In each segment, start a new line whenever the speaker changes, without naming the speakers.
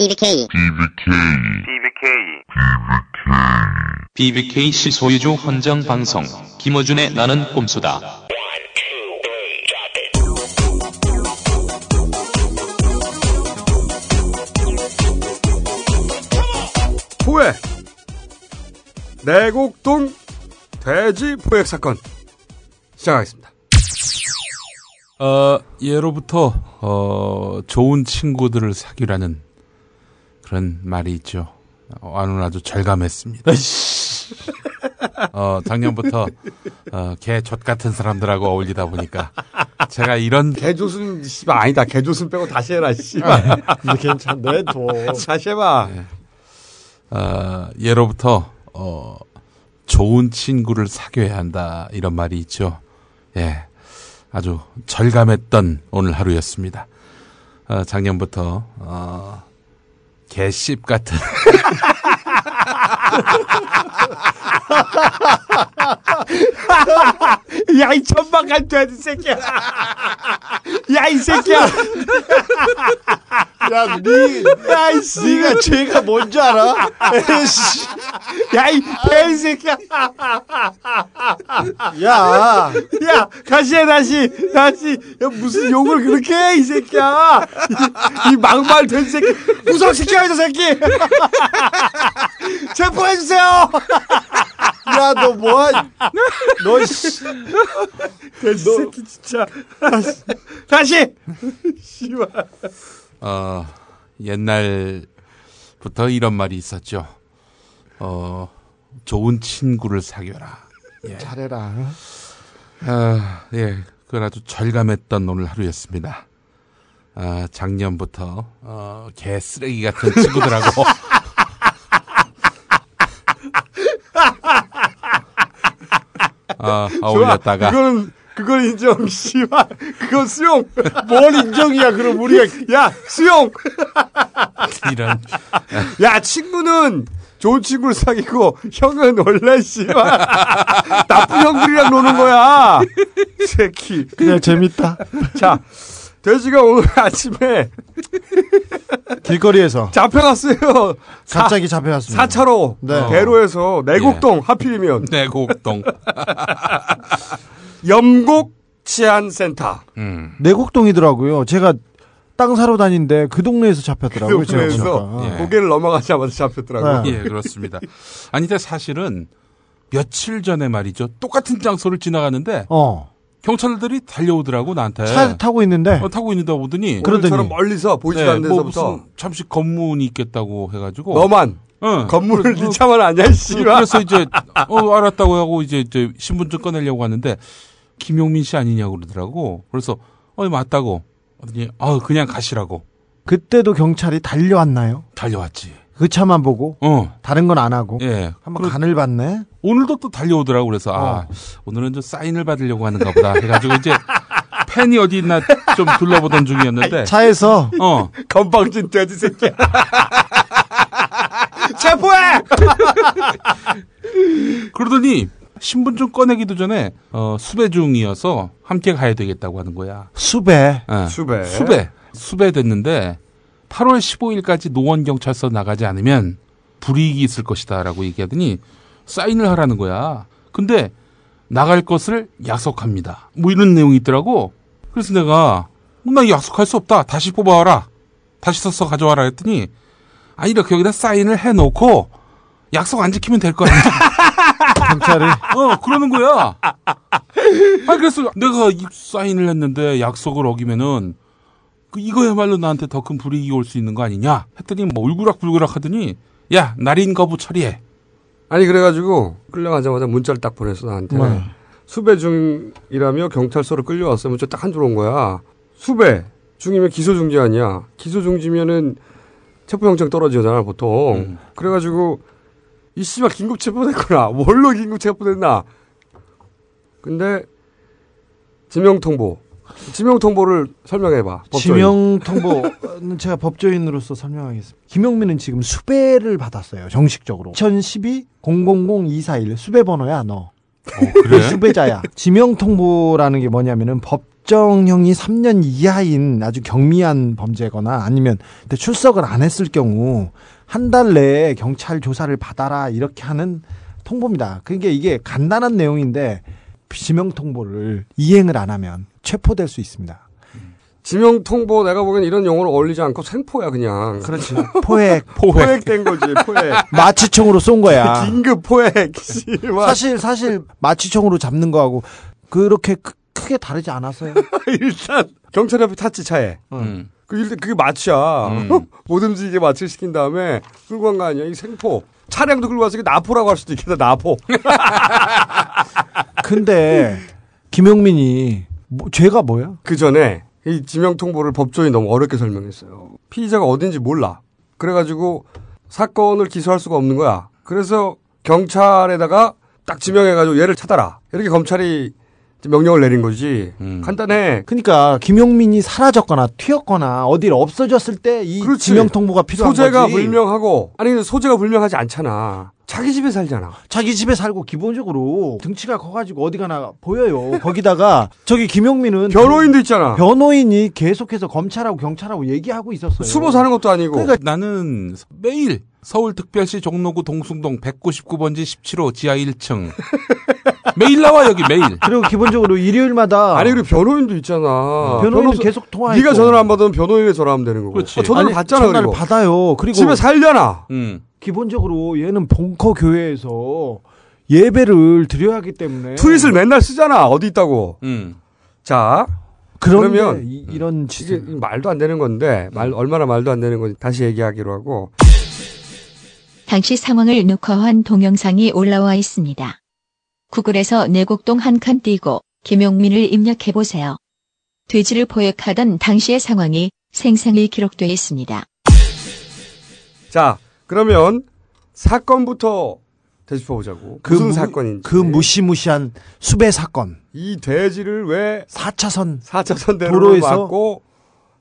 BBK,
BBK
BBK 시 소유주 헌정 방송 김어준의 나는 꼼수다.
후에 내곡동 돼지 포획 사건 시작하겠습니다.
어, 예로부터 어, 좋은 친구들을 사귀라는 그런 말이 있죠. 어, 아는 아주 절감했습니다. 어, 작년부터 어, 개젖 같은 사람들하고 어울리다 보니까 제가 이런
개조순 씨발 아니다. 개조순 빼고 다시 해라 씨발.
괜찮네, 또.
아. 다시 해봐.
어, 예로부터 어, 좋은 친구를 사귀어야 한다 이런 말이 있죠. 예, 아주 절감했던 오늘 하루였습니다. 어, 작년부터 어, 개씹 같은
야 이 천박한 돼지 새끼야. 야 이 새끼야.
야, 니, 니가 죄가 뭔지 알아? 에이씨.
야 이 돼지 새끼야.
야,
야 다시 해 다시 다시. 야, 무슨 욕을 그렇게 해 이 새끼야. 이, 이 막말 돼지 새끼. 구속시켜야 저 새끼. 체포해 주세요.
야, 너 뭐, 너, 씨.
돼지 새끼 진짜. 다시. 다시. 씨발.
어, 옛날부터 이런 말이 있었죠. 어, 좋은 친구를 사귀어라. 예.
잘해라.
아, 예. 그건 아주 절감했던 오늘 하루였습니다. 아, 작년부터, 어, 개 쓰레기 같은 친구들하고. 아, 어울렸다가.
그거는 그걸 인정. 씨발. 그건 수용. 뭔 인정이야? 그럼 우리가 야 수용.
이런.
야 친구는 좋은 친구를 사귀고 형은 원래 씨발 나쁜 형들이랑 노는 거야. 새끼.
그냥 네, 재밌다.
자 돼지가 오늘 아침에
길거리에서
잡혀갔어요. 사,
갑자기 잡혀왔습니다.
4차로
네.
대로에서 내곡동
예.
하필이면
내곡동.
염곡 치안센터.
음.
내곡동이더라고요. 제가 땅 사러 다닌데 그 동네에서
아,
잡혔더라고요.
그
제가
동네에서
보니까.
예.
고개를 넘어가자마자 잡혔더라고요.
네.
예, 그렇습니다. 아니, 근데 사실은 며칠 전에 말이죠. 똑같은 장소를 지나가는데
어,
경찰들이 달려오더라고, 나한테.
차를 타고 있는데
예. 어, 타고 있는데 오더니.
그러더니. 네,
오늘처럼 멀리서 보이지 않는
뭐
데서부터
무슨 잠시 검문이 있겠다고 해가지고.
너만
응.
건물을
그-
니 차만 아냐
그-
씨발
그래서 이제 어 알았다고 하고 이제 이제 신분증 꺼내려고 하는데 김용민 씨 아니냐고 그러더라고. 그래서 어 맞다고. 그러더니 아 그냥 가시라고
그때도 경찰이 달려왔나요?
달려왔지.
그 차만 보고
어.
다른 건 안 하고
예.
한번
그래-
간을 봤네.
오늘도 또 달려오더라고 그래서 아 오늘은 좀 사인을 받으려고 하는가 보다 해가지고 이제 팬이 어디 있나 좀 둘러보던 중이었는데
차에서
어
건방진 돼지 새끼야 체포해
그러더니 신분증 꺼내기도 전에 어 수배 중이어서 함께 가야 되겠다고 하는 거야.
수배.
예.
수배
수배. 수배됐는데 8월 15일까지 노원경찰서 나가지 않으면 불이익이 있을 것이다 라고 얘기하더니 사인을 하라는 거야. 근데 나갈 것을 약속합니다. 뭐 이런 내용이 있더라고. 그래서 내가 어, 나 약속할 수 없다. 다시 뽑아와라. 다시 써서 가져와라 했더니 아 이렇게 여기다 사인을 해놓고 약속 안 지키면 될 거야.
경찰이
어, 그러는 거야. 아, 그래서 내가 이 사인을 했는데 약속을 어기면은 그 이거야말로 나한테 더 큰 불이익이 올 수 있는 거 아니냐 했더니 뭐 울그락불그락 하더니 야 날인 거부 처리해.
아니 그래가지고 끌려가자마자 문자를 딱 보냈어 나한테
네.
수배 중이라며 경찰서로 끌려왔어 문자 딱 한 줄 온 거야 수배 중이면 기소 중지 아니야 기소 중지면은 체포영장 떨어지잖아 보통 그래가지고 이 씨발 긴급 체포됐구나 뭘로 긴급 체포됐나 근데 지명 통보 지명 통보를 설명해봐 법조인.
지명 통보는 제가 법조인으로서 설명하겠습니다. 김용민은 지금 수배를 받았어요. 정식적으로. 2012 000241 수배 번호야 너.
그래?
수배자야. 지명 통보라는 게 뭐냐면은 법 법정형이 3년 이하인 아주 경미한 범죄거나 아니면 근데 출석을 안 했을 경우 한 달 내에 경찰 조사를 받아라 이렇게 하는 통보입니다. 그러니까 이게 간단한 내용인데 지명 통보를 이행을 안 하면 체포될 수 있습니다.
지명 통보 내가 보기엔 이런 용어로 어울리지 않고 생포야 그냥.
그렇지. 포획
포획.
포획된 거지 포획.
마취총으로 쏜 거야.
긴급 그 포획. 씨발.
사실 사실 마취총으로 잡는 거하고 그렇게 크, 크게 다르지 않았어요.
일단 경찰 앞에 탔지 차에.
음.
그 일단 그게 마취야. 어?
음.
못 움직이게 마취를 시킨 다음에 끌고 간 거 아니야? 이 생포. 차량도 끌고 왔으니까 나포라고 할 수도 있겠다. 나포.
근데 김용민이 뭐, 죄가 뭐야?
그 전에 이 지명 통보를 법조인이 너무 어렵게 설명했어요. 피의자가 어딘지 몰라. 그래가지고 사건을 기소할 수가 없는 거야. 그래서 경찰에다가 딱 지명해가지고 얘를 찾아라. 이렇게 검찰이 이제 명령을 내린 거지.
음.
간단해.
그러니까 김용민이 사라졌거나 튀었거나 어디를 없어졌을 때 이
그렇지.
지명 통보가 필요한
소재가
거지.
불명하고 아니 근데 소재가 불명하지 않잖아. 자기 집에 살잖아.
자기 집에 살고 기본적으로 등치가 커가지고 어디 가나 보여요. 거기다가 저기 김용민은
변호인도 있잖아.
변호인이 계속해서 검찰하고 경찰하고 얘기하고 있었어요.
숨어 사는 것도 아니고.
그러니까
나는 매일 서울특별시 종로구 동숭동 199번지 17호 지하 1층 매일 나와 여기 매일
그리고 기본적으로 일요일마다
아니 그리고 변호인도 있잖아.
변호인은
변호사-
계속 통화해.
네가 전화를 안 받으면 변호인에 전화하면 되는 거고.
그렇지.
어, 전화를 받잖아
전화를
그리고.
받아요. 그리고
집에 살잖아.
음.
기본적으로 얘는 본커 교회에서 예배를 드려야 하기 때문에
트윗을 맨날 쓰잖아. 어디 있다고.
음.
자,
그런데
그러면
이, 이런
이게 그
짓을
말도 안 되는 건데 말 얼마나 말도 안 되는 건지 다시 얘기하기로 하고
당시 상황을 녹화한 동영상이 올라와 있습니다. 구글에서 내곡동 한 칸 띄고 김용민을 입력해 보세요. 돼지를 포획하던 당시의 상황이 생생히 기록되어 있습니다.
자, 그러면 사건부터 되짚어 보자고. 무슨
무-
사건인지.
그 무시무시한 수배 사건
이 돼지를 왜
4차선
4차선 도로로
도로에서
막고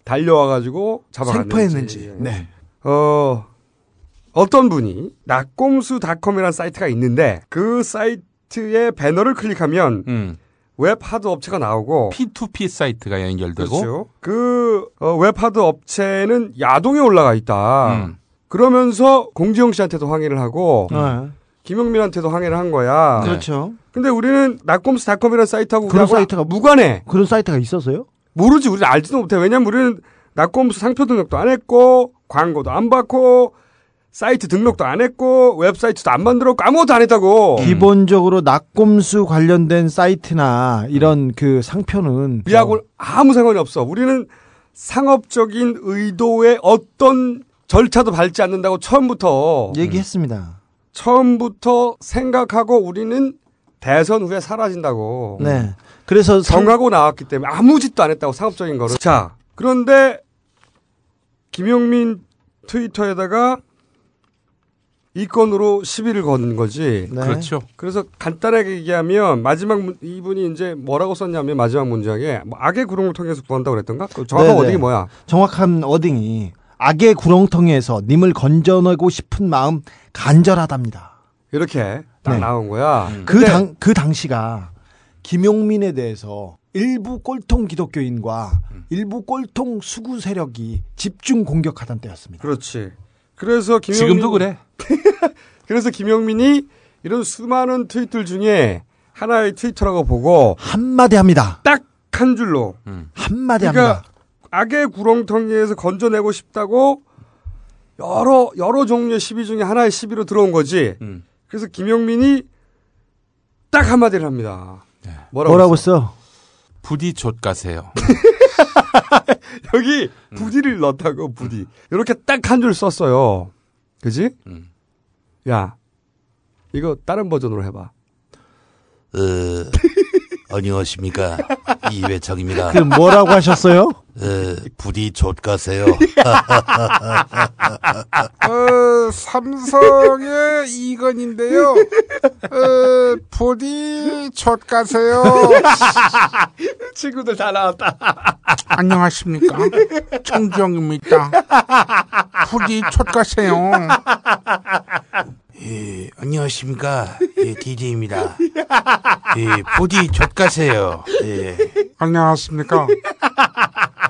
달려와 가지고 잡아갔는지.
생포했는지 네.
어, 어떤 분이 낙곰수닷컴이라는 사이트가 있는데 그 사이트의 배너를 클릭하면
음.
웹 하드 업체가 나오고
P2P 사이트가 연결되고
그렇죠. 그 어, 웹하드 업체는 야동에 올라가 있다.
음.
그러면서 공지영 씨한테도 항의를 하고
네.
김용민한테도 항의를 한 거야.
네.
그렇죠
근데 우리는 낙곰스닷컴이라는 사이트하고
그런
우리하고
사이트가
무관해.
그런 사이트가 있었어요?
모르지 우리는 알지도 못해. 왜냐면 우리는 낙곰스 상표 등록도 안 했고 광고도 안 받고 사이트 등록도 안 했고 웹사이트도 안 만들었고 아무것도 안 했다고.
기본적으로 낙곰수 관련된 사이트나 이런 그 상표는
우리하고는 아무 상관이 없어. 우리는 상업적인 의도의 어떤 절차도 밟지 않는다고 처음부터
예. 얘기했습니다.
처음부터 생각하고 우리는 대선 후에 사라진다고
네. 그래서 상-
음. 정하고 나왔기 때문에 아무 짓도 안 했다고 상업적인 거를 자 그런데 김용민 트위터에다가 이 건으로 시비를 건 거지
네.
그렇죠.
그래서 간단하게 얘기하면 마지막 문- 이분이 이제 뭐라고 썼냐면 마지막 문장에 뭐 악의 구름을 통해서 구한다고 그랬던가 그 정확한
네네.
어디 뭐야
정확한 어딩이 악의 구렁텅이에서 님을 건져내고 싶은 마음 간절하답니다.
이렇게 딱
네.
나온 거야
그
근데
당 그 당시가 김용민에 대해서 일부 꼴통 기독교인과
음.
일부 꼴통 수구 세력이 집중 공격하던 때였습니다.
그렇지 그래서 김용민
지금도 그래.
그래서 김영민이 이런 수많은 트윗들 중에 하나의 트위터라고 보고
한마디 합니다.
딱 한 줄로
음.
한마디
그러니까
합니다.
악의 구렁텅이에서 건져내고 싶다고 여러 여러 종류의 시비 중에 하나의 시비로 들어온 거지.
음.
그래서 김영민이 딱 한마디를 합니다.
네.
뭐라고?
뭐라고
했어?
써?
부디 좆가세요.
여기
음.
부디를 넣었다고 부디. 이렇게 딱 한 줄 썼어요. 그지?
음.
야, 이거 다른 버전으로 해봐.
어, 안녕하십니까. 이회창입니다.
그 뭐라고 하셨어요?
어, 부디 좆가세요.
아.
어, 삼성의 이건인데요. 어, 부디 젖가세요.
친구들 다 나왔다.
안녕하십니까. 정정입니다. 부디 젖가세요.
예, 안녕하십니까. 예, DJ입니다. 예, 부디 좆가세요. 예,
안녕하십니까.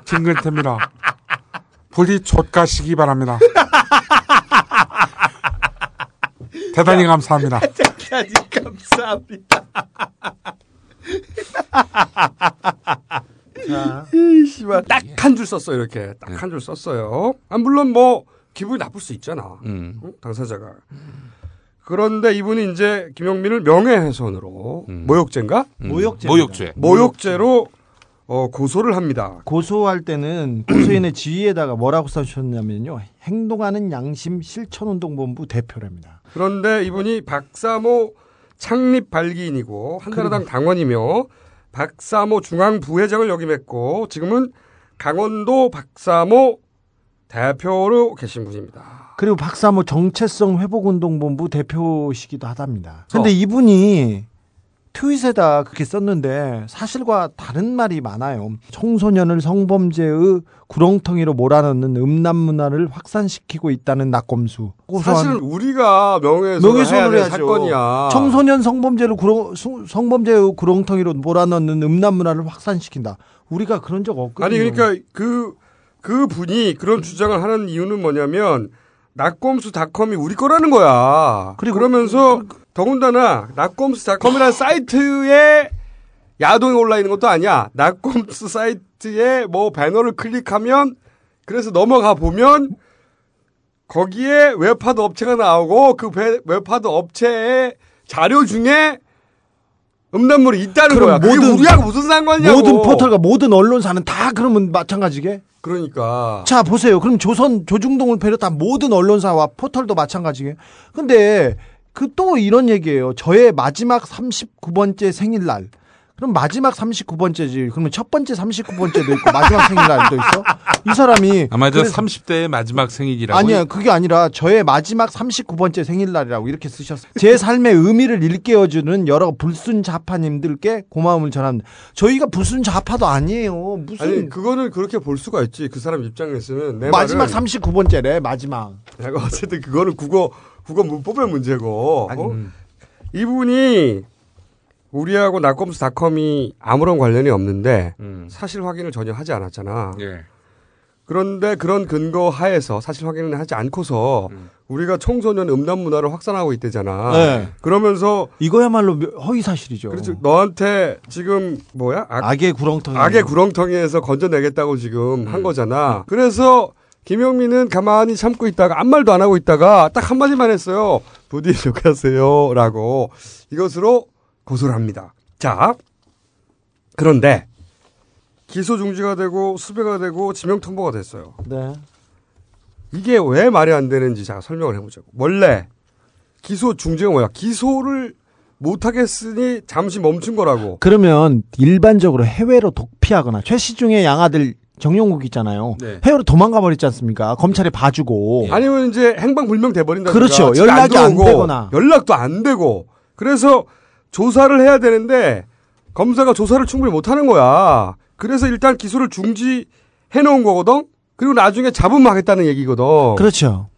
김근태입니다. 불이 좆가시기 바랍니다. 대단히 감사합니다.
아니, 감사합니다.
딱
예.
한 줄 썼어요, 이렇게. 딱 한 줄 썼어요. 아, 물론 뭐, 기분이 나쁠 수 있잖아.
음.
응? 당사자가. 그런데 이분이 이제 김용민을 명예훼손으로,
음.
모욕죄인가?
모욕죄.
모욕죄.
모욕죄로 어, 고소를 합니다.
고소할 때는 고소인의 지위에다가 뭐라고 써주셨냐면요. 행동하는 양심 실천운동본부 대표랍니다.
그런데 이분이 박사모 창립 발기인이고 한나라당 당원이며 박사모 중앙 부회장을 역임했고 지금은 강원도 박사모 대표로 계신 분입니다.
그리고 박사모 뭐 정체성 회복운동본부 대표시기도 하답니다.
어.
근데 이분이 트윗에다 그렇게 썼는데 사실과 다른 말이 많아요. 청소년을 성범죄의 구렁텅이로 몰아넣는 음란 문화를 확산시키고 있다는 낙검수. 고소한
사실은 우리가 명예훼손을
명예훼손을
해야 될
해야죠.
사건이야.
청소년 성범죄로 구렁, 성- 성범죄의 구렁텅이로 몰아넣는 음란 문화를 확산시킨다. 우리가 그런 적 없거든요.
아니 그러니까 그, 그 분이 그런 주장을 하는 이유는 뭐냐면 낙검수닷컴이 우리 거라는 거야.
그리고-
그러면서 더군다나 낙검수닷컴이라는 사이트에 야동이 올라 있는 것도 아니야. 낙검수 사이트에 뭐 배너를 클릭하면 그래서 넘어가 보면 거기에 웹하드 업체가 나오고 그 배- 웹하드 업체의 자료 중에 음란물이 있다는
그럼
거야. 그게
모든-
우리하고 무슨 상관이냐고.
모든 포털과 모든 언론사는 다 그러면 마찬가지게.
그러니까.
자 보세요. 그럼 조선 조중동을 비롯한 모든 언론사와 포털도 마찬가지게. 근데 그 또 이런 얘기예요. 저의 마지막 39번째 생일날. 그럼 마지막 39번째지. 그러면 첫 번째 39번째도 있고 마지막 생일날도 있어. 이 사람이
아마 저
그래서-
30대의 마지막 생일이라고.
아니야 그게 아니라 저의 마지막 39번째 생일날이라고 이렇게 쓰셨어요. 제 삶의 의미를 일깨워주는 여러 불순 좌파님들께 고마움을 전합니다. 저희가 불순 좌파도 아니에요. 무슨
아니 그거는 그렇게 볼 수가 있지 그 사람 입장에서는 내
마지막
말은
39번째래 마지막.
내가 어쨌든 그거는 국어 국어 문법의 문제고 어?
음.
이분이 우리하고 낙검수닷컴이 아무런 관련이 없는데
음.
사실 확인을 전혀 하지 않았잖아.
예.
그런데 그런 근거 하에서 사실 확인을 하지 않고서 우리가 청소년 음란 문화를 확산하고 있대잖아.
음. 네.
그러면서
이거야말로 묘- 허위 사실이죠.
그래서 너한테 지금 뭐야 악-
악의 구렁텅이.
그렇죠. 음. 악의 구렁텅이에서 건져내겠다고 지금 한 거잖아. 그래서 김영민은 가만히 참고 있다가 아무 말도 안 하고 있다가 딱 한마디만 했어요. 부디 욕하세요. 라고 이것으로 고소를 합니다. 자, 그런데 기소 중지가 되고 수배가 되고 지명 통보가 됐어요.
네.
이게 왜 말이 안 되는지 제가 설명을 해보자고. 원래 기소 중지가 뭐야? 기소를 못하겠으니 잠시 멈춘 거라고.
그러면 일반적으로 해외로 독피하거나 최시중의 양아들 정용국 있잖아요.
네.
해외로 도망가 버렸지 않습니까? 검찰이 봐주고.
아니면 이제 행방불명 돼버린다.
예. 그렇죠. 연락이 안 되거나.
연락도 안 되고. 그래서 조사를 해야 되는데 검사가 조사를 충분히 못 하는 거야. 그래서 일단 기소를 중지해 놓은 거거든. 그리고 나중에 잡으면 하겠다는 얘기거든.
그렇죠.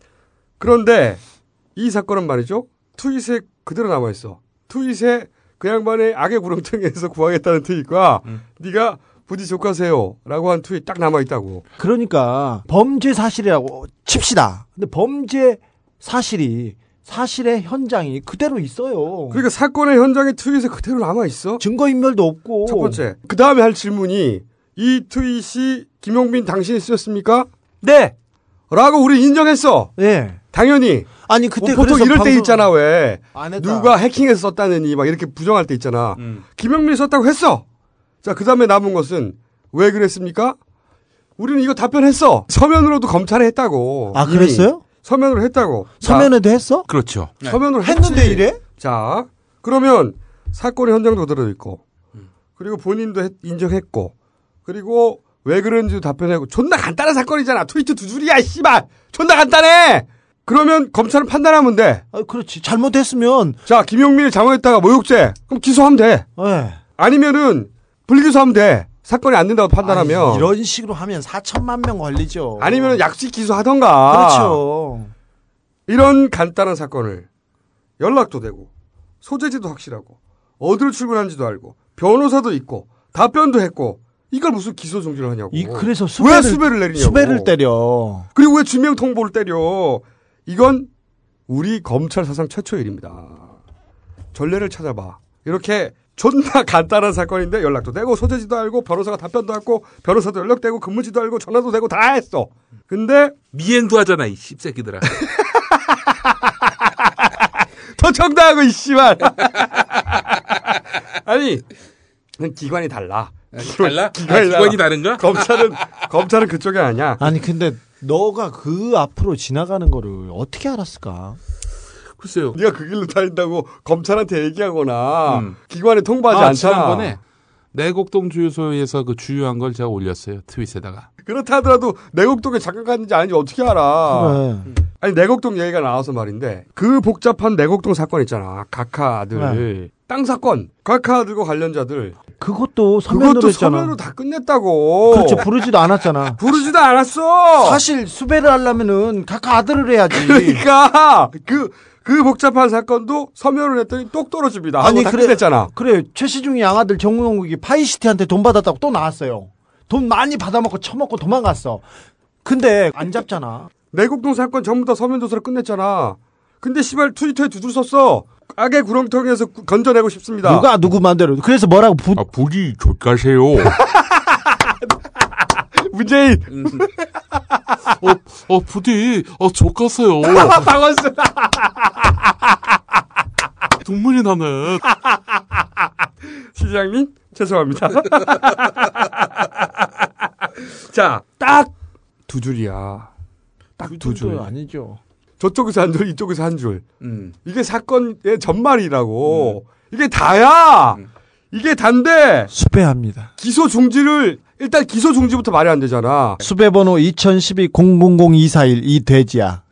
그런데 이 사건은 말이죠. 트윗에 그대로 남아 있어. 트윗에 그 양반의 악의 구렁텅이에서 구하겠다는 트윗과
음.
네가 부디 족하세요라고 한 트윗 딱 남아 있다고.
그러니까 범죄 사실이라고 칩시다. 근데 범죄 사실이 사실의 현장이 그대로 있어요.
그러니까 사건의 현장에 트윗에 그대로 남아 있어.
증거 인멸도 없고.
첫 번째. 그 다음에 할 질문이 이 트윗이 김용민 당신이 쓰셨습니까?
네.
라고 우리 인정했어.
네.
당연히. 뭐
아니 그때
보통
그래서
이럴 때
방송-
있잖아 왜.
안 했다. 음.
누가 해킹해서 썼다느니 막 이렇게 부정할 때 있잖아. 김용민이 썼다고 했어. 자, 그 다음에 남은 것은 왜 그랬습니까? 우리는 이거 답변했어. 서면으로도 검찰에 했다고.
아
이미.
그랬어요?
서면으로 했다고. 자,
서면에도 했어?
그렇죠.
서면으로
네. 했는데
했지.
이래?
자, 그러면 사건의 현장도 그대로 있고, 그리고 본인도 했- 인정했고, 그리고 왜 그런지도 답변하고, 존나 간단한 사건이잖아. 트위트 두 줄이야, 씨발! 존나 간단해! 그러면 검찰은 판단하면 돼.
아, 그렇지. 잘못했으면
자, 김용민을 잠원했다가 모욕죄. 그럼 기소하면 돼.
예.
아니면은 불기소하면 돼. 사건이 안 된다고 판단하면.
아니, 이런 식으로 하면 4천만 명 걸리죠.
아니면은 아. 약식 기소하던가.
그렇죠.
이런 간단한 사건을 연락도 되고 소재지도 확실하고 어디로 출근하는지도 알고 변호사도 있고 답변도 했고 이걸 무슨 기소 정지를 하냐고.
이 그래서 수배를
왜 수배를 내리냐고.
수배를 때려.
그리고 왜 지명 통보를 때려? 이건 우리 검찰 사상 최초 의 일입니다. 전례를 찾아봐. 이렇게 존나 간단한 사건인데 연락도 되고 소재지도 알고 변호사가 답변도 하고 변호사도 연락되고 근무지도 알고 전화도 되고 다 했어. 근데
미행도 하잖아 이 씹새끼들아.
도청당하고 이씨발. 아니 그건 기관이 달라.
달라?
기관이
아, 기관이 다른가?
검찰은 검찰은 그쪽이 아니야.
아니 근데 너가 그 앞으로 지나가는 거를 어떻게 알았을까?
글쎄요.
네가 그 길로 다닌다고 검찰한테 얘기하거나
음.
기관에 통보하지
아,
않잖아.
지난번에 내곡동 주유소에서 그 주유한 걸 제가 올렸어요 트윗에다가.
그렇다 하더라도 내곡동에 잠깐 갔는지 아닌지 어떻게 알아?
그래.
아니 내곡동 얘기가 나와서 말인데 그 복잡한 내곡동 사건 있잖아. 각하 아들 땅 사건, 각하 아들과 관련자들
그것도 서면으로
그것도
했잖아.
서면으로 다 끝냈다고.
그렇죠. 부르지도 않았잖아.
부르지도 않았어.
사실 수배를 하려면은 각 아들을 해야지.
음. 그러니까 그. 그 복잡한 사건도 서면을 했더니 똑 떨어집니다. 하고
아니,
다
그래-
끝냈잖아.
그래 최시중이 양아들 정우영국이 파이시티한테 돈 받았다고 또 나왔어요. 돈 많이 받아먹고 처먹고 도망갔어. 근데 안 잡잖아.
내곡동 사건 전부 다 서면 조사를 끝냈잖아. 근데 씨발 트위터에 두줄 썼어. 악의 구렁텅이에서 구- 건져내고 싶습니다.
누가 누구 마음대로. 그래서 뭐라고 부,
어,
아 불이 족가세요.
문재인
음.
어, 어 부디 어 족가세요.
박원순
눈물이 나네.
시장님 죄송합니다. 자, 딱 두 줄이야. 딱 두 줄.
아니죠.
저쪽에서 한 줄, 이쪽에서 한 줄.
음.
이게 사건의 전말이라고.
음.
이게 다야. 이게 단데
수배합니다.
기소 중지를 일단 기소 중지부터 말이 안 되잖아.
수배번호 2012-000241 이 돼지야.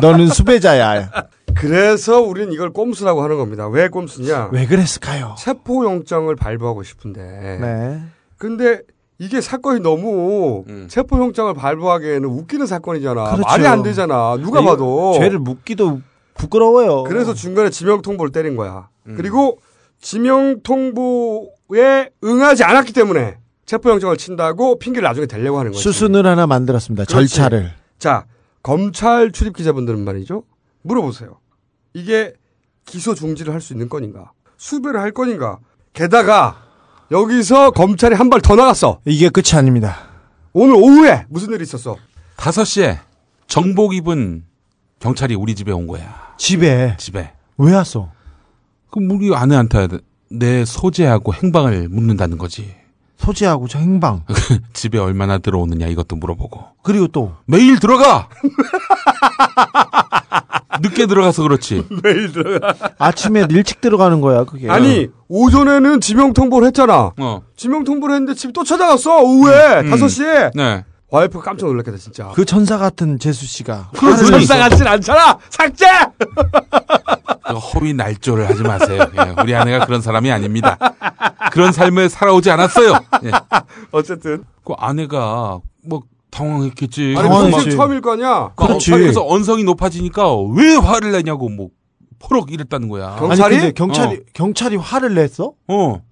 너는 수배자야.
그래서 우리는 이걸 꼼수라고 하는 겁니다. 왜 꼼수냐?
왜 그랬을까요?
체포영장을 발부하고 싶은데.
네.
근데 이게 사건이 너무
음.
체포영장을 발부하기에는 웃기는 사건이잖아.
그렇죠.
말이 안 되잖아. 누가
이거
봐도.
죄를 묻기도 부끄러워요.
그래서 중간에 지명통보를 때린 거야. 그리고 지명통보에 응하지 않았기 때문에 체포영장을 친다고 핑계를 나중에 대려고 하는 거지.
수순을 하나 만들었습니다.
그렇지.
절차를.
자, 검찰 출입 기자분들은 말이죠. 물어보세요. 이게 기소 중지를 할 수 있는 건인가? 수배를 할 건인가? 게다가 여기서 검찰이 한 발 더 나갔어.
이게 끝이 아닙니다.
오늘 오후에 무슨 일이 있었어?
5시에 정복 입은 경찰이 우리 집에 온 거야.
집에
집에.
왜 왔어?
그럼 우리 아내한테 내 소재하고 행방을 묻는다는 거지.
소지하고 저 행방
집에 얼마나 들어오느냐 이것도 물어보고.
그리고 또
매일 들어가! 늦게 들어가서 그렇지.
아침에 일찍 들어가는 거야 그게.
아니 오전에는 지명 통보를 했잖아.
어.
지명 통보를 했는데 집 또 찾아갔어. 오후에
음.
5시에
네.
와이프 가 깜짝 놀랐겠다 진짜.
그 천사 같은 재수 씨가
그러니
같진 않잖아. 삭제.
그 허위 날조를 하지 마세요. 예, 우리 아내가 그런 사람이 아닙니다. 그런 삶을 살아오지 않았어요. 예.
어쨌든
그 아내가 뭐 당황했겠지.
아니
당황했지.
평생 처음일 거 아니야.
그렇지.
래서 언성이 높아지니까 왜 화를 내냐고 뭐 포럭 이랬다는 거야.
경-
아니
경찰이? 어.
근데 경찰이 경찰이 화를 냈어?
어,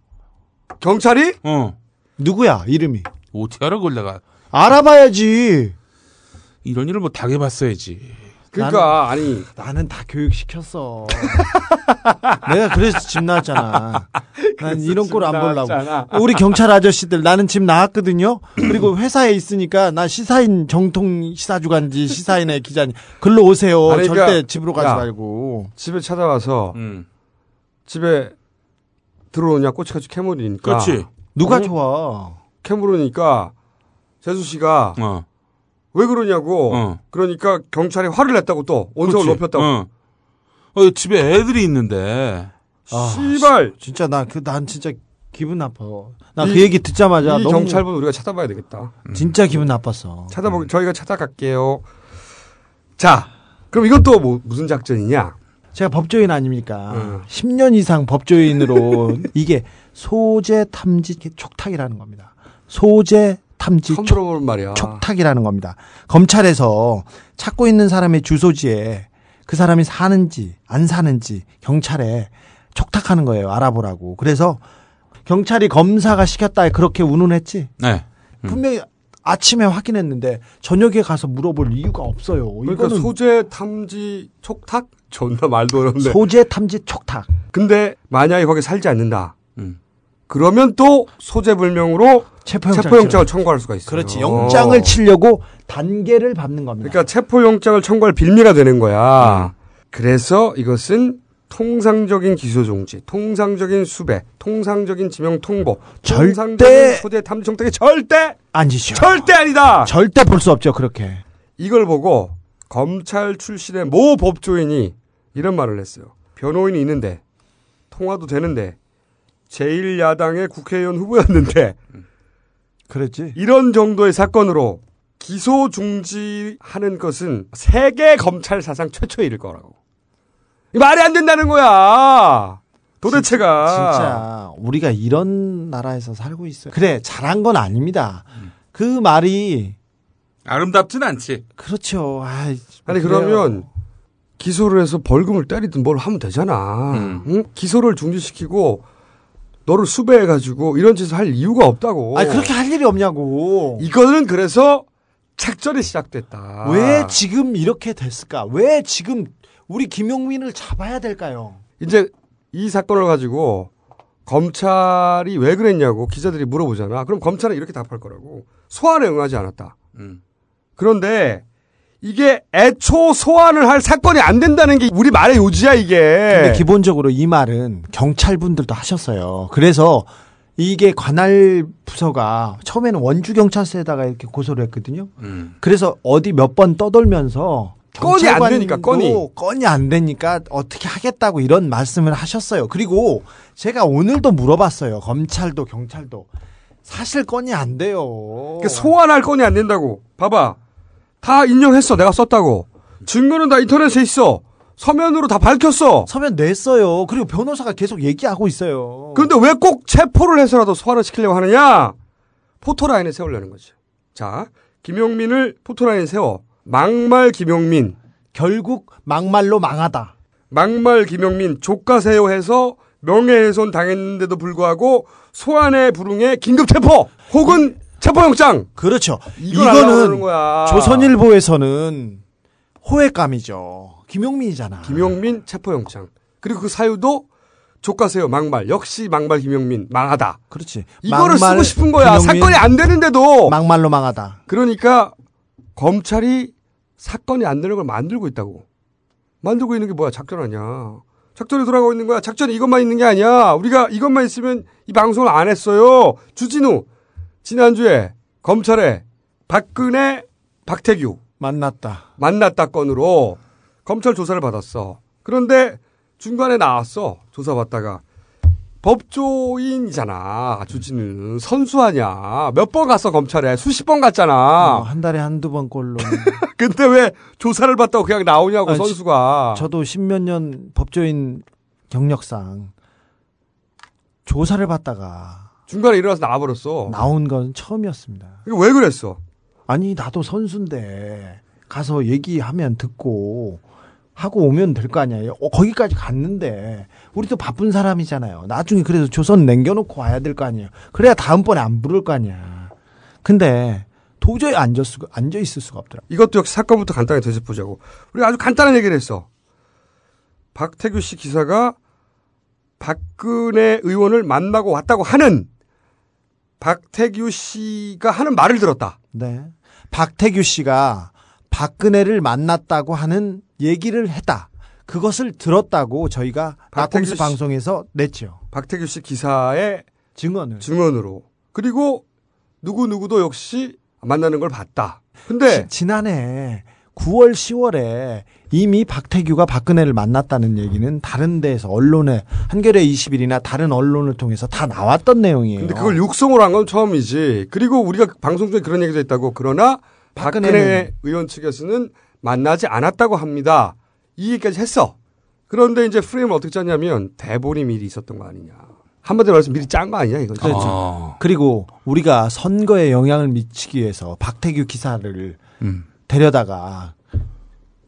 경찰이
어.
누구야 이름이?
어떻게 알아 그걸 내가
알아봐야지.
이런 일을 뭐 당해봤어야지.
그러니까 아니
나는 다 교육시켰어. 내가 그래서 집 나왔잖아. 난 이런 꼴 안
나왔잖아.
보려고. 우리 경찰 아저씨들 나는 집 나왔거든요. 그리고 회사에 있으니까 나 시사인 정통 시사주간지 시사인의 기자니 글로 오세요.
아니, 그러니까-
절대 집으로 가지
야.
말고.
집에 찾아와서
음.
집에 들어오냐 꼬치같이 캐물으니까
그렇지.
누가
어?
좋아?
캐물으니까 재수 씨가
어.
왜 그러냐고
어.
그러니까 경찰이 화를 냈다고 또 언성을
그렇지.
높였다고
어. 어, 집에 애들이 있는데
아. 씨발
진짜 나 그 난 진짜 기분 나빠. 나 그 얘기 듣자마자
이
너무
경찰분 우리가 찾아봐야 되겠다.
진짜 기분 나빴어.
음.
찾아보 저희가 찾아갈게요. 자, 그럼 이건 또 뭐- 무슨 작전이냐?
제가 법조인 아닙니까?
음.
10년 이상 법조인으로 이게 소재 탐지 촉탁이라는 겁니다. 소재 탐지
처음
촉,
들어보는 말이야.
촉탁이라는 겁니다. 검찰에서 찾고 있는 사람의 주소지에 그 사람이 사는지 안 사는지 경찰에 촉탁하는 거예요. 알아보라고. 그래서 경찰이 검사가 시켰다 그렇게 운운했지.
네. 음.
분명히 아침에 확인했는데 저녁에 가서 물어볼 이유가 없어요.
그러니까
이거는
소재 탐지 촉탁? 존나 말도 어렵네.
소재 탐지 촉탁.
근데 만약에 거기 살지 않는다.
음.
그러면 또 소재 불명으로
체포영장.
체포영장을 청구할 수가 있어요.
그렇지. 영장을 치려고 단계를 밟는 겁니다.
그러니까 체포영장을 청구할 빌미가 되는
음.
거야. 그래서 이것은 통상적인 기소종지, 통상적인 수배, 통상적인 지명 통보,
절대-
통상적인 소재 탐지 총탁이 절대
아니죠.
절대 아니다.
절대 볼 수 없죠. 그렇게.
이걸 보고 검찰 출신의 모 법조인이 이런 말을 했어요. 변호인이 있는데 통화도 되는데 제1야당의 국회의원 후보였는데
그랬지.
이런 정도의 사건으로 기소 중지하는 것은 세계 검찰 사상 최초의 일일 거라고. 이거 말이 안 된다는 거야. 도대체가
진짜 아. 우리가 이런 나라에서 살고 있어요. 그래 잘한 건 아닙니다. 그 말이
아름답진 않지.
그렇죠. 아이,
아니
그래요.
그러면 기소를 해서 벌금을 때리든 뭘 하면 되잖아.
음.
응? 기소를 중지시키고 너를 수배해 가지고 이런 짓을 할 이유가 없다고.
아니 그렇게 할 일이 없냐고.
이거는 그래서 착절이 아. 시작됐다.
왜 지금 이렇게 됐을까? 왜 지금 우리 김용민을 잡아야 될까요?
이제 이 사건을 가지고 검찰이 왜 그랬냐고 기자들이 물어보잖아. 그럼 검찰은 이렇게 답할 거라고. 소환에 응하지 않았다.
음.
그런데 이게 애초 소환을 할 사건이 안 된다는 게 우리 말의 요지야 이게.
근데 기본적으로 이 말은 경찰분들도 하셨어요. 그래서 이게 관할 부서가 처음에는 원주 경찰서에다가 이렇게 고소를 했거든요.
음.
그래서 어디 몇 번 떠돌면서
건이 안 되니까,
경찰관도
건이.
건이 안 되니까 어떻게 하겠다고 이런 말씀을 하셨어요. 그리고 제가 오늘도 물어봤어요. 검찰도 경찰도 사실 건이 안 돼요.
그러니까 소환할 건이 안 된다고. 봐봐. 다 인용했어. 내가 썼다고. 증거는 다 인터넷에 있어. 서면으로 다 밝혔어.
서면 냈어요. 그리고 변호사가 계속 얘기하고 있어요.
그런데 왜 꼭 체포를 해서라도 소환을 시키려고 하느냐? 포토라인에 세우려는 거지. 자, 김용민을 포토라인에 세워. 막말 김용민,
결국 막말로 망하다.
막말 김용민, 족가세요 해서 명예훼손 당했는데도 불구하고 소환의 불응에 긴급 체포 혹은 체포영장
그렇죠.
이걸 하려고 그러는
이거는
거야.
조선일보에서는 호외감이죠. 김용민이잖아.
김용민 체포영장 그리고 그 사유도 족가세요 막말 역시 막말 김용민 망하다
그렇지.
이거를
막말
쓰고 싶은 거야
김용민,
사건이 안 되는데도
막말로 망하다.
그러니까 검찰이 사건이 안 되는 걸 만들고 있다고. 만들고 있는 게 뭐야? 작전 아니야. 작전이 돌아가고 있는 거야. 작전이 이것만 있는 게 아니야. 우리가 이것만 있으면 이 방송을 안 했어요. 주진우 지난주에 검찰에 박근혜 박태규
만났다.
만났다 건으로 검찰 조사를 받았어. 그런데 중간에 나왔어. 조사받다가. 법조인이잖아. 주진우는. 선수하냐. 몇 번 갔어, 검찰에. 수십 번 갔잖아.
어, 한 달에 한두 번 꼴로.
근데 왜 조사를 받다고 그냥 나오냐고,
아니,
선수가.
저도 십몇 년 법조인 경력상 조사를 받다가
중간에 일어나서 나와버렸어.
나온 건 처음이었습니다.
이거 왜 그랬어?
아니 나도 선수인데 가서 얘기하면 듣고 하고 오면 될 거 아니에요. 어, 거기까지 갔는데 우리도 바쁜 사람이잖아요. 나중에 그래서 조선 남겨놓고 와야 될 거 아니에요. 그래야 다음번에 안 부를 거 아니야. 근데 도저히 앉을 수가 앉아 있을 수가 없더라.
이것도 역시 사건부터 간단히 되짚어보자고. 우리 가 아주 간단한 얘기를 했어. 박태규 씨 기사가 박근혜 의원을 만나고 왔다고 하는 박태규 씨가 하는 말을 들었다.
네. 박태규 씨가 박근혜를 만났다고 하는 얘기를 했다. 그것을 들었다고 저희가
박태규
나꼼수
씨-
방송에서 냈죠.
박태규 씨 기사의
증언을.
증언으로. 그리고 누구누구도 역시 만나는 걸 봤다. 근데
지- 지난해 9월, 10월에 이미 박태규가 박근혜를 만났다는 얘기는 다른 데에서 언론에 한겨레 20일이나 다른 언론을 통해서 다 나왔던 내용이에요.
근데 그걸 육성으로 한 건 처음이지. 그리고 우리가 방송 중에 그런 얘기도 했다고. 그러나 박근혜
박근혜는-
의원 측에서는 만나지 않았다고 합니다. 이 얘기까지 했어. 그런데 이제 프레임을 어떻게 짰냐면 대본이 미리 있었던 거 아니냐. 한마디로 말해서 미리 짠 거 아니냐 이건.
그렇죠.
어.
그리고 우리가 선거에 영향을 미치기 위해서 박태규 기사를
음.
데려다가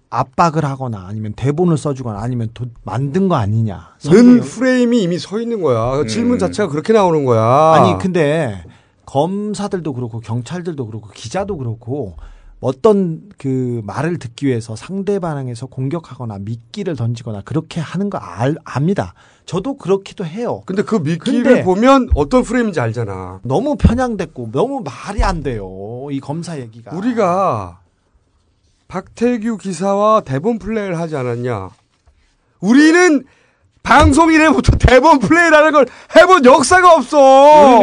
압박을 하거나 아니면 대본을 써주거나 아니면 도- 만든 거 아니냐.
는
선배님.
프레임이 이미 서 있는 거야. 질문
음.
자체가 그렇게 나오는 거야.
아니 근데 검사들도 그렇고 경찰들도 그렇고 기자도 그렇고 어떤 그 말을 듣기 위해서 상대방에서 공격하거나 미끼를 던지거나 그렇게 하는 거 알, 압니다. 저도 그렇기도 해요.
근데 그 미끼를
근데-
보면 어떤 프레임인지 알잖아.
너무 편향됐고 너무 말이 안 돼요. 이 검사 얘기가
우리가 박태규 기사와 대본 플레이를 하지 않았냐? 우리는 방송 이래부터 대본 플레이라는 걸 해본 역사가 없어.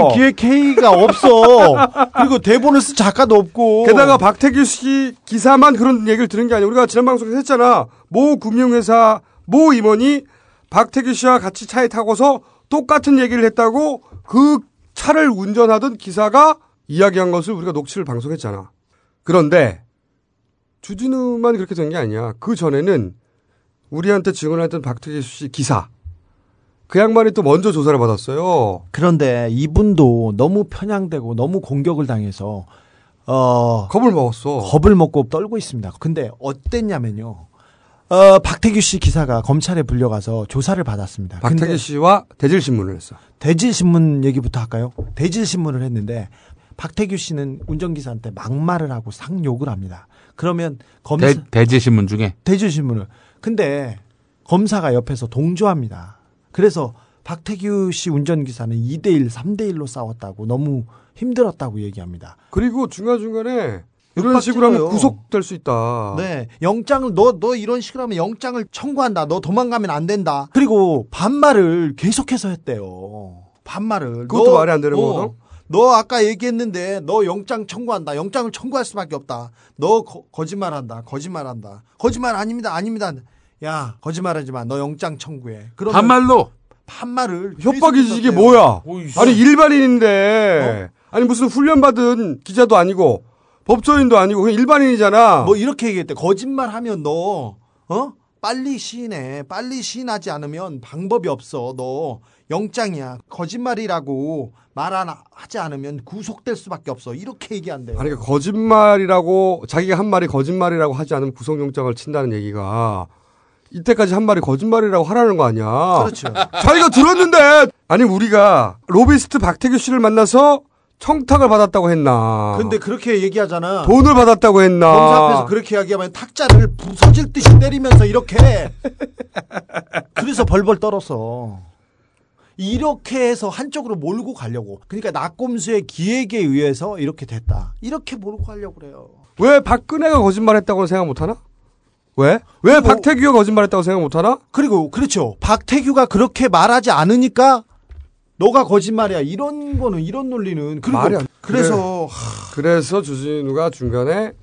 우리는 기획회의가 없어. 그리고 대본을 쓴 작가도 없고.
게다가 박태규 씨 기사만 그런 얘기를 들은 게 아니고 우리가 지난 방송에서 했잖아. 모 금융회사 모 임원이 박태규 씨와 같이 차에 타고서 똑같은 얘기를 했다고 그 차를 운전하던 기사가 이야기한 것을 우리가 녹취를 방송했잖아. 그런데 주진우만 그렇게 된 게 아니야. 그 전에는 우리한테 증언했던 박태규 씨 기사 그 양반이 또 먼저 조사를 받았어요.
그런데 이분도 너무 편향되고 너무 공격을 당해서 어
겁을 먹었어.
겁을 먹고 떨고 있습니다. 근데 어땠냐면요. 어, 박태규 씨 기사가 검찰에 불려가서 조사를 받았습니다.
박태규
근데
씨와 대질 신문을 했어.
대질신문 얘기부터 할까요? 대질신문을 했는데 박태규 씨는 운전기사한테 막말을 하고 상욕을 합니다. 그러면 검사
대, 대제신문 중에
대질신문을 근데 검사가 옆에서 동조합니다. 그래서 박태규 씨 운전기사는 2대1, 3대1로 싸웠다고 너무 힘들었다고 얘기합니다.
그리고 중간중간에 이런
육박
식으로 하면
찍어요.
구속될 수 있다.
네, 영장을 너 너 이런 식으로 하면 영장을 청구한다. 너 도망가면 안 된다. 그리고 반말을 계속해서 했대요. 반말을. 어,
그것도 말이 안 되는 거거든?
너 아까 얘기했는데 너 영장 청구한다. 영장을 청구할 수밖에 없다. 너 거, 짓말한다 거짓말한다. 거짓말 아닙니다. 아닙니다. 야 거짓말하지 마. 너 영장 청구해. 그러면
반말로
반말을
협박이지 이게
계속했었대요. 어?
뭐야?
어이,
아니 일반인인데 아니 무슨 훈련받은 기자도 아니고 법조인도 아니고 그냥 일반인이잖아.
뭐 이렇게 얘기했대. 거짓말하면 너 어? 빨리 시인해. 빨리 시인하지 않으면 방법이 없어. 너 영장이야. 거짓말이라고 말 안 하지 않으면 구속될 수밖에 없어. 이렇게 얘기한대요.
아니 그러니까 거짓말이라고 자기가 한 말이 거짓말이라고 하지 않으면 구속영장을 친다는 얘기가 이때까지 한 말이 거짓말이라고 하라는 거 아니야?
그렇죠.
자기가 들었는데 아니 우리가 로비스트 박태규 씨를 만나서 청탁을 받았다고 했나?
근데 그렇게 얘기하잖아.
돈을 받았다고 했나?
검사 앞에서 그렇게 이야기하면 탁자를 부서질 듯이 때리면서 이렇게 그래서 벌벌 떨었어. 이렇게 해서 한쪽으로 몰고 가려고. 그러니까 나꼼수의 기획에 의해서 이렇게 됐다. 이렇게 몰고 가려고 그래요.
왜 박근혜가 거짓말했다고는 생각 못하나? 왜? 왜 박태규가 거짓말했다고 생각 못하나?
그리고 그렇죠. 박태규가 그렇게 말하지 않으니까 너가 거짓말이야. 이런 거는 이런 논리는 그리고
말이 안- 네.
그래서 하,
그래서 주진우가 중간에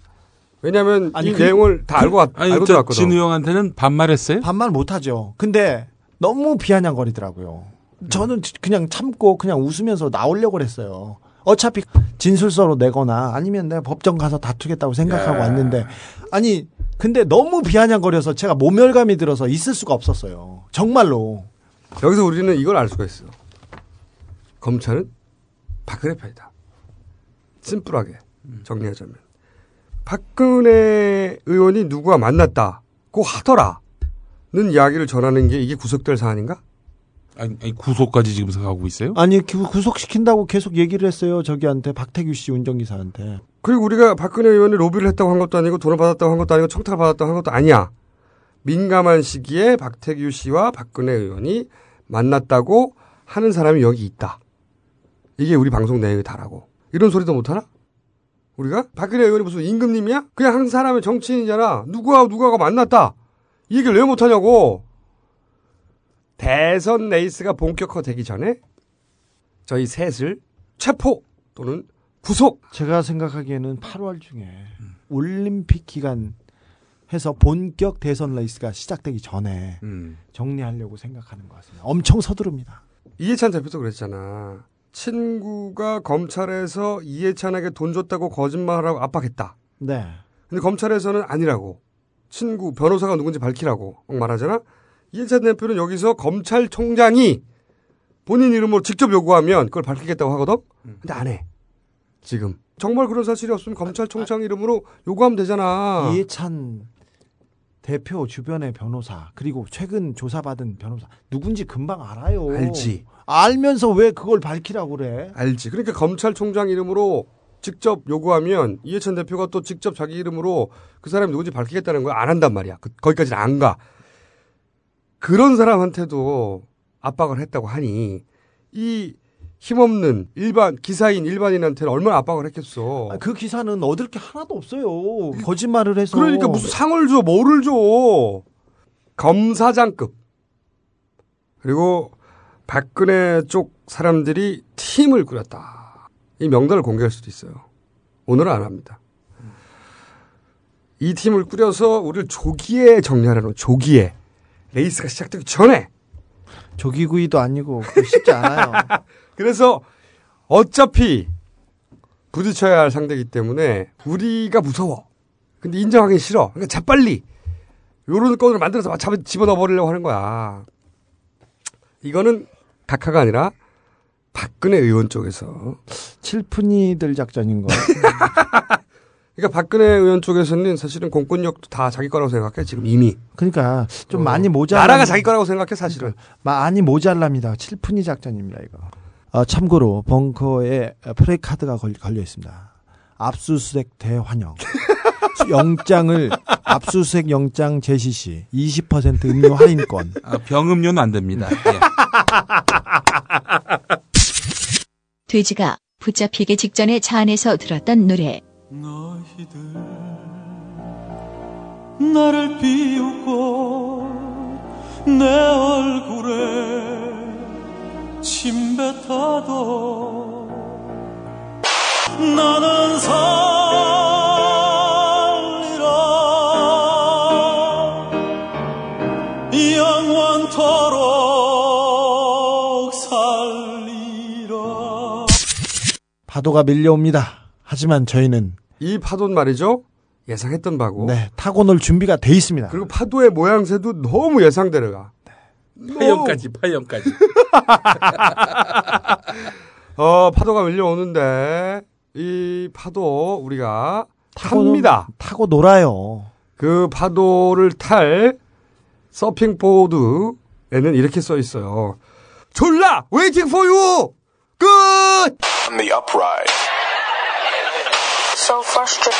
왜냐하면
아니,
이
그-
내용을 다 알고 왔-
아니
알고
저
들었거든.
진우 형한테는 반말했어요?
반말 못 하죠. 근데 너무 비아냥거리더라고요. 저는 지- 그냥 참고 그냥 웃으면서 나오려고 그랬어요. 어차피 진술서로 내거나 아니면 내가 법정 가서 다투겠다고
예.
생각하고 왔는데 아니 근데 너무 비아냥거려서 제가 모멸감이 들어서 있을 수가 없었어요. 정말로.
여기서 우리는 이걸 알 수가 있어. 검찰은 박근혜 편이다. 심플하게
음.
정리하자면 박근혜 의원이 누구와 만났다고 하더라는 이야기를 전하는 게 이게 구속될 사안인가?
아니, 아니, 구속까지 지금 생각하고 있어요?
아니 구- 구속시킨다고 계속 얘기를 했어요 저기한테 박태규 씨 운전기사한테
그리고 우리가 박근혜 의원이 로비를 했다고 한 것도 아니고 돈을 받았다고 한 것도 아니고 청탁을 받았다고 한 것도 아니야. 민감한 시기에 박태규 씨와 박근혜 의원이 만났다고 하는 사람이 여기 있다. 이게 우리 방송 내용이 다라고. 이런 소리도 못하나? 우리가? 박근혜 의원이 무슨 임금님이야? 그냥 한 사람의 정치인이잖아. 누구하고 누구하고 만났다. 이 얘기를 왜 못하냐고. 대선 레이스가 본격화되기 전에 저희 셋을 체포 또는 구속
제가 생각하기에는 8월 중에
음.
올림픽 기간 해서 본격 대선 레이스가 시작되기 전에
음.
정리하려고 생각하는 것 같습니다 엄청 서두릅니다
이해찬 대표도 그랬잖아. 친구가 검찰에서 이해찬에게 돈 줬다고 거짓말하라고 압박했다.
네
근데 검찰에서는 아니라고. 친구, 변호사가 누군지 밝히라고 막 말하잖아. 이해찬 대표는 여기서 검찰총장이 본인 이름으로 직접 요구하면 그걸 밝히겠다고 하거든? 근데 안 해. 지금. 어. 정말 그런 사실이 없으면 검찰총장 이름으로 요구하면 되잖아.
이해찬 대표 주변의 변호사 그리고 최근 조사받은 변호사 누군지 금방 알아요.
알지.
알면서 왜 그걸 밝히라고 그래?
알지. 그러니까 검찰총장 이름으로 직접 요구하면 이해찬 대표가 또 직접 자기 이름으로 그 사람이 누군지 밝히겠다는 거야. 안 한단 말이야. 그- 거기까지는 안 가. 그런 사람한테도 압박을 했다고 하니 이 힘없는 일반 기사인 일반인한테는 얼마나 압박을 했겠어. 그
아, 그 기사는 얻을 게 하나도 없어요. 거짓말을 해서
그러니까 무슨 상을 줘, 뭐를 줘. 검사장급. 그리고 박근혜 쪽 사람들이 팀을 꾸렸다. 이 명단을 공개할 수도 있어요. 오늘은 안 합니다. 이 팀을 꾸려서 우리를 조기에 정리하라는 조기에 레이스가 시작되기 전에
조기구이도 아니고 그거 쉽지 않아요.
그래서 어차피 부딪혀야 할 상대이기 때문에 우리가 무서워. 근데 인정하기 싫어. 그러니까 재빨리 요런 건을 만들어서 막 잡아- 집어넣어 버리려고 하는 거야. 이거는 각하가 아니라 박근혜 의원 쪽에서.
칠푼이들 작전인 거.
그러니까 박근혜 의원 쪽에서는 사실은 공권력도 다 자기 거라고 생각해. 지금 이미.
그러니까 좀
어.
많이 모자.
나라가 자기 거라고 생각해 사실은.
많이 모자랍니다. 칠푼이 작전입니다, 이거. 어, 참고로 벙커에 프레이 카드가 걸, 걸려 있습니다. 압수수색 대환영. 수- 영장을 압수수색 영장 제시 시 20% 음료 할인권.
아, 병음료는 안 됩니다. 예.
돼지가 붙잡히기 직전에 차 안에서 들었던 노래.
너희들 나를 비웃고 내 얼굴에 침 뱉어도 나는 살리라 영원토록 살리라
파도가 밀려옵니다. 하지만 저희는
이 파도는 말이죠. 예상했던 바고.
네, 타고 놀 준비가 돼 있습니다.
그리고 파도의 모양새도 너무 예상대로 가.
파염까지 파염까지.
어, 파도가 밀려오는데 이 파도 우리가
타고 놀-
탑니다.
타고 놀아요.
그 파도를 탈 서핑 보드에는 이렇게 써 있어요. 졸라 waiting for you. 끝.
on the upright. So frustrated.